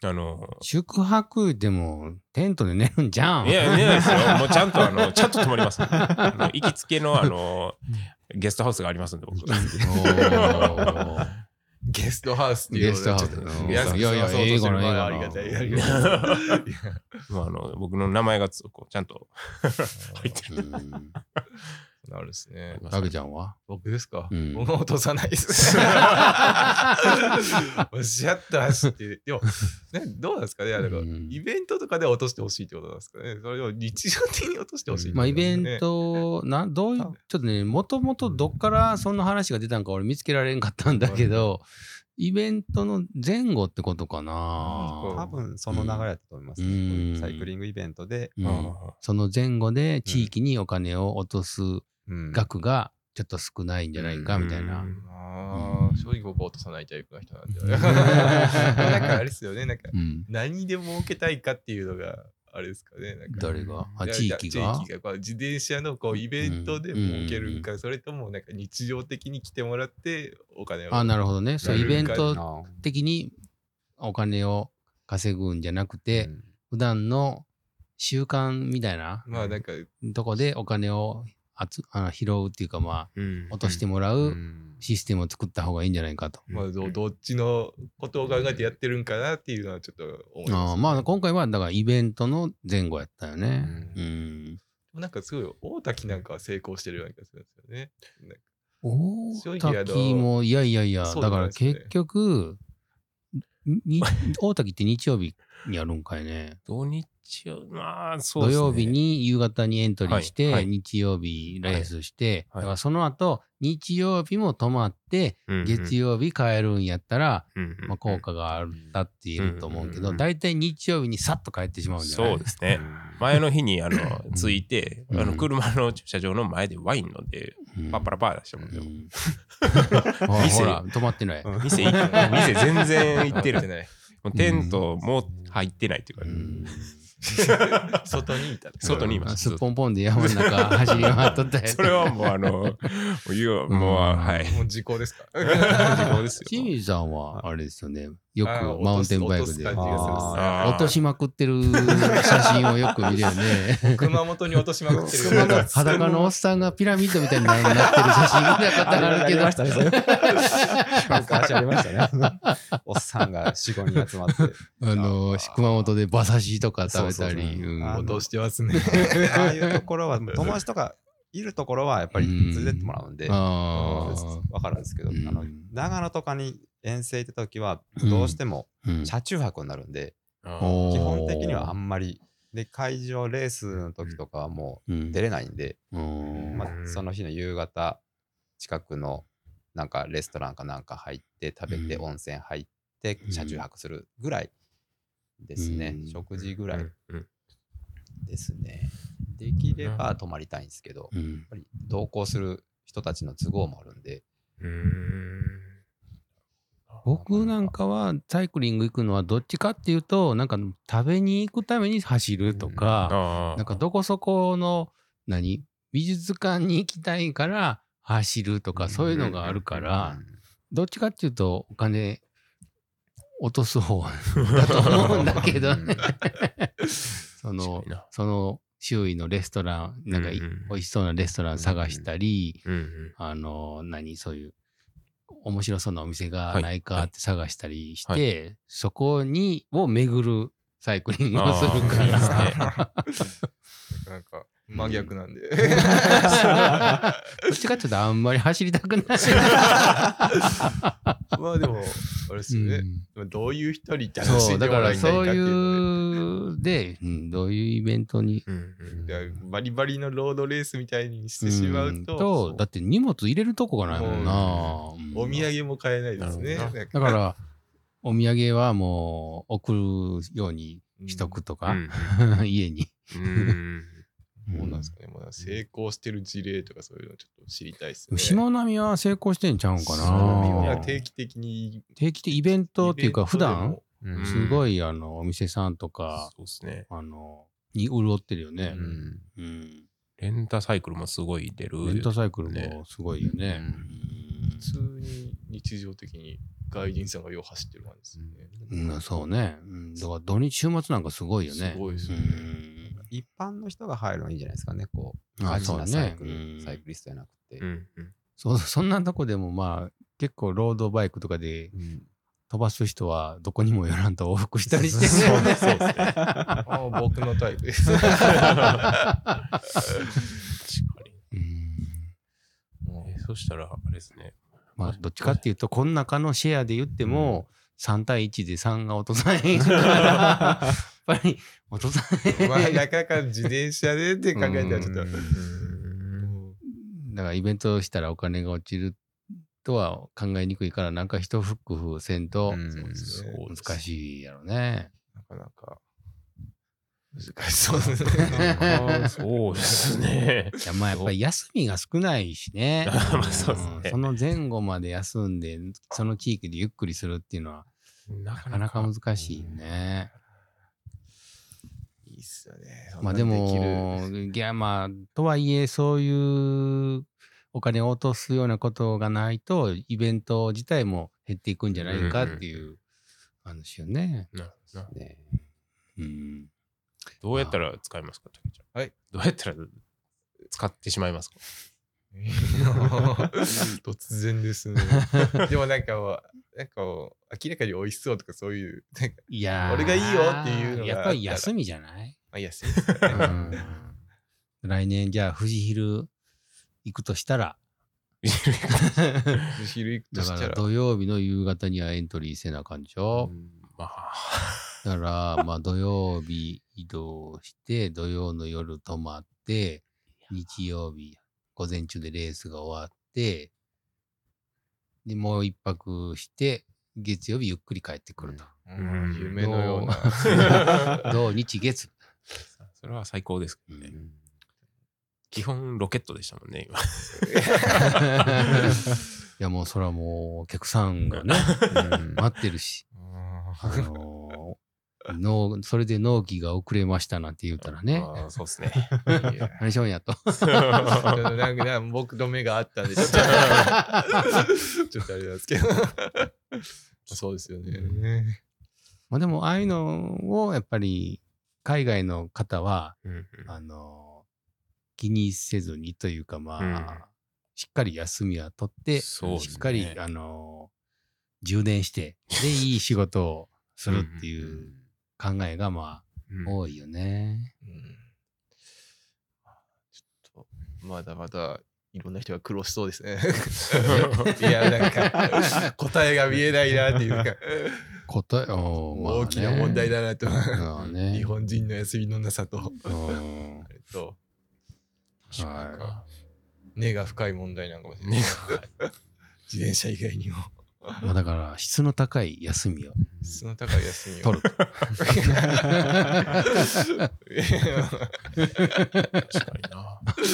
すあの
宿泊でもテントで寝るんじゃん。
いやいやですよもうちゃんとあのちゃんと泊まります、あの行きつけのあのゲストハウスがありますんで僕
お ー
ゲストハウスっていう
ゲストハウス
の
の。
はちょっと
いやい
いや
や、英語の英語の。
ありがたい。ありがたい。
まああの僕の名前がつこうちゃんと入ってる
うん
なるですね。
タケちゃんは
僕ですか、
うん
僕は落とさな いです。おっしゃった走って。でも、ね、どうなんですかねあれが
うん
イベントとかでは落としてほしいってことなんですかねそれを日常的に落としてほしいって
ま
こ
あ
と
イ
で
ベ
すね、
ント、なんどういう、ちょっとね、もともとどっからその話が出たんか俺見つけられんかったんだけど、イベントの前後ってことかな。
多分その流れだと思いますね、
うん
こういうサイクリングイベントで、
うん
うん
その前後で地域にお金を落とす
うん
額がちょっと少ないんじゃないかみたいな。
うん
ああ、正直僕は落とさないタイプの人なんで。
うん
なんかあれですよね、なんか
うん
何で儲けたいかっていうのが、あれですかね。なんか
誰があ
いや
地域
いや
が
地域がこう自転車のこうイベントで儲けるか、それともなんか日常的に来てもらってお金を。
あなるほどね。そうイベン
う
ト
あ
的にお金を稼ぐんじゃなく
ー
て、
うん
普段の習慣みたいな
まあなんか、
とこでお金を集あの拾うっていうかま
うん
あ落としてもら
う
うんシステムを作った方がいいんじゃないかと。
まあどどっちのことを考えてやってるんかなっていうのはちょっと思います、
あーまあ今回はだからイベントの前後やったよ
う
ね。
ん
うん。
なんかすごい大滝なんかは成功してるような気がするんですよね。なんか
大
正直あの
滝もいやいやいや、
そうで
だ
も
か
ない
ら
ですね
結局、に大滝って日曜日にやるんかいね。
土日は、まあ、そう
土
ですね。
曜日に夕方にエントリーして、
はいはい
日曜日レースして、
はいはい
だからその後日曜日も泊まって、
うんうん、
月曜日帰るんやったら、
うんうん
まあ、効果があったって言えると思うけど、
うん
大体日曜日にさっと帰ってしまうんじゃない
そうですね。前の日に、あの、着いて、あ
う
の、
ん
車の駐車場の前でワイン飲んで、
うん
パッパラパー出しても
う
らっても
んあほら、止まってない。
うん
店行って、店全然行ってる。
じゃない。
もうテントも入ってないってい
う
うか、
ん
外にいた。
外にいました
すっぽんぽんで山の中走り回っとったやつ。
それはもうあの、もう言う、もう、はい。
もう時 効ですか
時効です
清
よ。
水さんはあれですよね。よ
あー
くマウンテンバイクで落
落とす落とす感じがするっすね
あー
としまくってる写真をよく見るよね。
熊本に落としまくってる。
熊本裸のおっさんがピラミッドみたいになってる写真見たことあるけど。
ありましたね、それ。昔ありましたね。おっさんが4、5人集まって。
あのー、熊本で馬刺しとか食べた
そうそう
り。
そう
うん
あの
落としてますね。
ああいうところは、友達とかいるところはやっぱり連れてってもらうんで、わ
あー
かるんですけど、あ
うん
の長野とかに遠征行った時は、どうしても
うん
車中泊になるんで、
おー
基本的にはあんまり、で、会場レースの時とかはも
うん
う出れないんで、
うん
まあ、その日の夕方、近くのなんかレストランかなんか入って、食べて、
うん
温泉入って
う、ん
車中泊するぐらいですね
う。ん
食事ぐらい
うん
ですね。できれば泊まりたいんですけど、やっ
うん
ぱり同行する人たちの都合もあるんで、
うん
僕なんかはサイクリング行くのはどっちかっていうと、なんか食べに行くために走るとか、
あー
なんかどこそこの何美術館に行きたいから走るとかそういうのがあるからどっちかっていうとお金落とす方だと思うんだけど ねその
近いな
その周囲のレストランなんかい
うんうん
美味しそうなレストラン探したり
うんうん
あの何そういう面白そうなお店がない
はい
かって探したりして、
は
そこにを巡るサイクリングをするか
あーいいです
ら
ね。
なんか真逆なんで。
どっちかっていうとあんまり走りたく ない。
まあでも、あれですよね。どういう人に楽し
そ
ん
う、
で
だ
も
からら
いたいか
そう
っていうの
いう、で、うんどういうイベントに。
うんうん
で。だからバリバリのロードレースみたいにしてしま
ん
うと、
と、だって荷物入れるとこがないもんな。
お
うん
土産も買えないですね。
なるほど
なん
だから、お土産はもう送るようにしとくと
う
か、
ん
家に。
うん
そうなんですかね。もう成功してる事例とかそういうのちょっと知りたいです
う
ね。
んしまなみは成功してんちゃうんか
そういや
な。
定期的に。
定期的イベントっていうか、普段、
うん
うん
すごいあの、お店さんとか、
そうですね。
あの、に潤ってるよね。
うん
うん
レンタサイクルもすごい出る。
レンタサイクル
ね
もすごいよね。
普通に日常的に外人さんがよう走ってる感じです
う
ね。
ん、うんそうね。うんだから土日週末なんかすごいよね。
すごいです
う
よね。
ん
一般の人が入るのいいんじゃないですかね、こう、
あ
ガチ
そう
なサイ
ね
ク。
う
ル、
ん
サイクリストじゃなくて
う。んうん
そうそんなとこでもまあ結構ロードバイクとかで
うん
飛ばす人はどこにもよらんと往復したりして
そう
ね
そうですね
ああ、僕のタイプです。
確かに
うん
えそしたら、あれですね。
まあどっちかっていうとこの中のシェアで言っても3対1で3が落とさ へんからやっぱり落とさ へん。
まあ、なかなか自転車でって考えたらちょっと。
う ん
だからイベントしたらお金が落ちるとは考えにくいから、なんか一フックフせんと
うん
そうですね
難しいやろ ね。
なかなか難しそうですね。
あーそうですね。
いやまあやっぱり休みが少ないしね。
あ まあそうですね
んその前後まで休んで、その地域でゆっくりするっていうのは、
な
なかなか難しいね。
いいっすよね。
まあで
そんなんきる
も、いやまあ、とはいえ、そういうお金を落とすようなことがないと、イベント自体も減っていくんじゃないかっていう話よね。
なな
ね
うん。
どうやったら使いますか、竹ちゃん。
はい。
どうやったら使ってしまいますか。
いや突然で すね。でもなんかもう、なんかもう明らかに美味しそうとかそ ういう、なんか、
いやー
俺がいいよっていうのがあったら
やっぱり休みじゃない、
まあ安いですか
う
らね。
ん、来年じゃあ富士ヒル行くとしたら
昼行くと
だ
し
か
た
ら
ら、
土曜日の夕方にはエントリーせなあかんでし
え
ょ、
まあ、
だからまあ土曜日移動 して土曜の夜泊まって日曜日午前中でレースが終わってでもう一泊して月曜日ゆっくり帰ってくると、
うん夢のような。
土日月
それは最高ですけどね。
うん
基本ロケットでしたもんね、今。
いやもうそれはもうお客さんがね、待ってるし、あのーのそれで納期が遅れましたなんて言ったらね、
あーそうですね。
いや
何しようんやと。
なんかなんか僕の目があったんでちょっとちょっとあれなんですけどそうですよね
まあでもああいうのをやっぱり海外の方は、
うんうん
あのー気にせずにというかまあ、
うん
しっかり休みは取って、
そうですね
しっかり、あのー充電して、で、いい仕事をするっていう考えがま
うん
あ多いよね。
うんちょっとまだまだいろんな人が苦労しそうで すねいやなんか答えが見えないなっていうか
答え、おーまあね
大きな問題だなと
まあね
日本人の休みのなさと
うん
あれと
はい
根が深い問題なんかもしれない
ね
自転車以外にも
まあだから質の高い休みを
質の高い休みを
取る。
確かにな。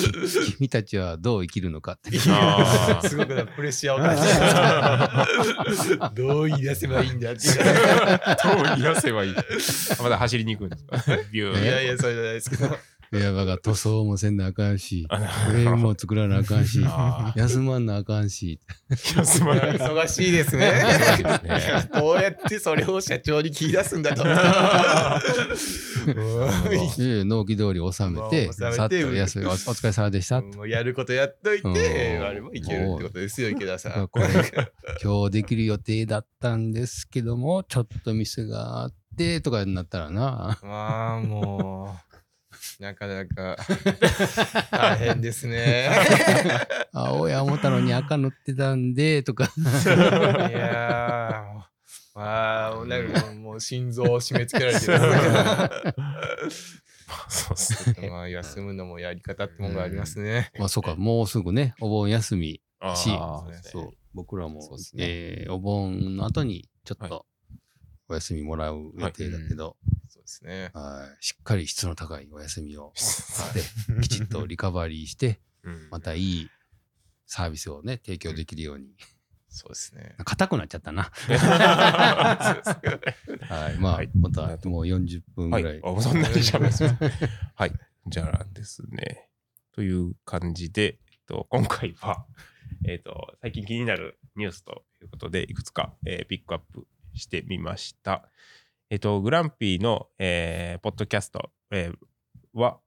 君たちはどう生きるのかって。
あー
すごくなプレッシャーを感じた。どう言い出せばいいんだっていう。
どう言い出せばいいまだ走りに行くんですかビューン
いやいや、それじゃないですけど。
いや、だから塗装もせんなあかんし、
あなるほ
フ
ど
レームも作らなあかんし、
あ
休まんなあかん し。
ー休まない。
忙しいですね
そうですね。
どうやってそれを社長に聞き出すんだと。
で納期通り収めて、
まあ
さっと
収めて
休み、おお疲れ様でした。
もうやることやっといて、
うん
あれもいけるってことですよ、池田さん。
こ れ今日できる予定だったんですけども、ちょっとミスがあってとかになったらな。
まあ、もう、なか なか大変ですね。
青や思ったのに赤塗ってたんで、とか。
いやーもうまあ、なんかもうもう心臓を締め付けられてる。
そうっすね。
まあ、休むのもやり方ってものがありますね。
まあそうか、もうすぐね、お盆休み。
あー
し
そうですね
そう、僕らも、
そうっすね
えーお盆の後にちょっ
は
とお休みもらう予定だけど、
そうですね。
はいしっかり質の高いお休み を
は
で きちっとリカバリーして、
い
またいいサービスをね、提供できるように。
そうですね。
硬くなっちゃったな。はい、まあ、
はい
またもう40分
は
ぐ
い
らい。。
あそんなに 喋るんですねはい。じゃあですね。という感じで、えっと、今回は、えっと、最近気になるニュースということで、いくつか、えーピックアップしてみました。えっと、グランピーの、えーポッドキャスト、えーは、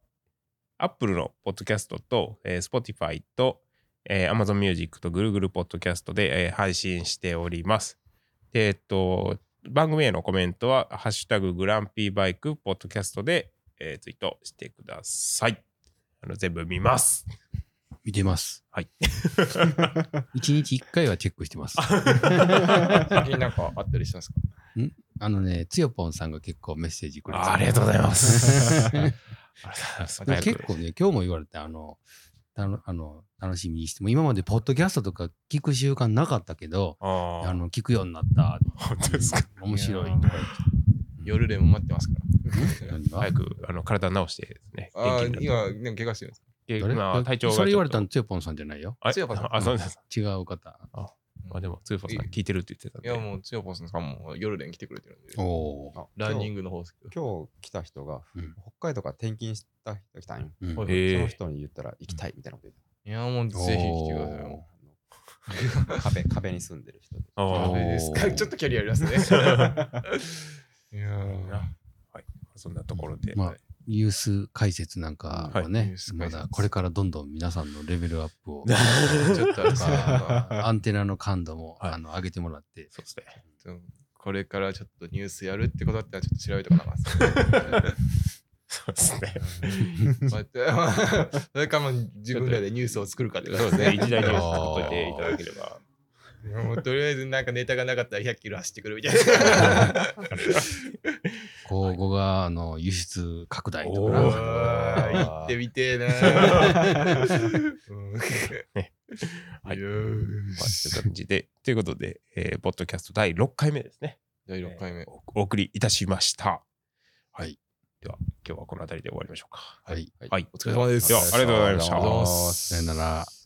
アップルのポッドキャストと、えー、Spotify と、えー、Amazon Music と Google ポッドキャストで、えー配信しております。で、えっと、番組へのコメントは、ハッシュタググランピーバイクポッドキャストで、えーツイートしてください。あの全部見ます。
見てます。
はい。
1日1回はチェックして ます。
最近なんかあったりしますか
あのね、つよぽんさんが結構メッセージくれて
あありがとうございます。ありがとうございます
でも結構ね、今日も言われて、あの、たのあの楽しみにしても今までポッドキャストとか聞く習慣なかったけど
あ
あ
あ、
の聞くようになった
本当ですか。
面白い
いやー夜でも待ってますから。
何が
早くあの体直してですね。
ああ、
元気になっ
今、でも怪我してるんですか
て
誰
今、体調がちょっと。
それ言われたのつよぽんさんじゃないよ
あ
つやぱさん
あ、そうです。
違う方
まあでも、つゆぱさん聞いてるって言ってたん
い
で。
や、もう、つよぽんさんがもう夜で来てくれてるんで。
おおー、
あ
ランニン
グ
グの方ですけど。
今日来た人が、
うん
北海道から転勤した人来たんよ。
うん
はい
へえ
その人に言ったら行きたいみたいなこと
いや、もうぜひ来てくださいよ。
言って た。あの壁壁に住んでる人で。
あ
お
あ
ー
ダメですかちょっとキャリアありますね。
いい
いやー
なはい。そんなところで。
まあニュース解説なんかはね、
はいニュース
ま
解説
だこれからどんどん皆さんのレベルアップを
ちょっとあれですね
アンテナの感度 も、
はい
あの上げてもらって
そうですね。
これからちょっとニュースやるってことだったらちょっと調べとかなあかんっすね
そうです ね。
まあ それかまあ自分らでニュースを作るかってこ
そ
と
うで
で
すすね。
ね。
一大ニュースを取っといていただければ。
いやもうとりあえずなんかネタがなかったら100キロ走ってくるみたいな。
今後があの輸出拡大と
お
か な
ー
うわー行ってみてえな。 うん
はい
よー
まあ、と
し
いう感じで、ということで、えー、ポッドキャスト第6回目ですね。
第6回目。
おお送りいたしました。
はい。
では、今日はこの辺りで終わりましょうか。
はい
はい。
お疲れ様です
ではありがとうございました
ありがとうございます
さよなら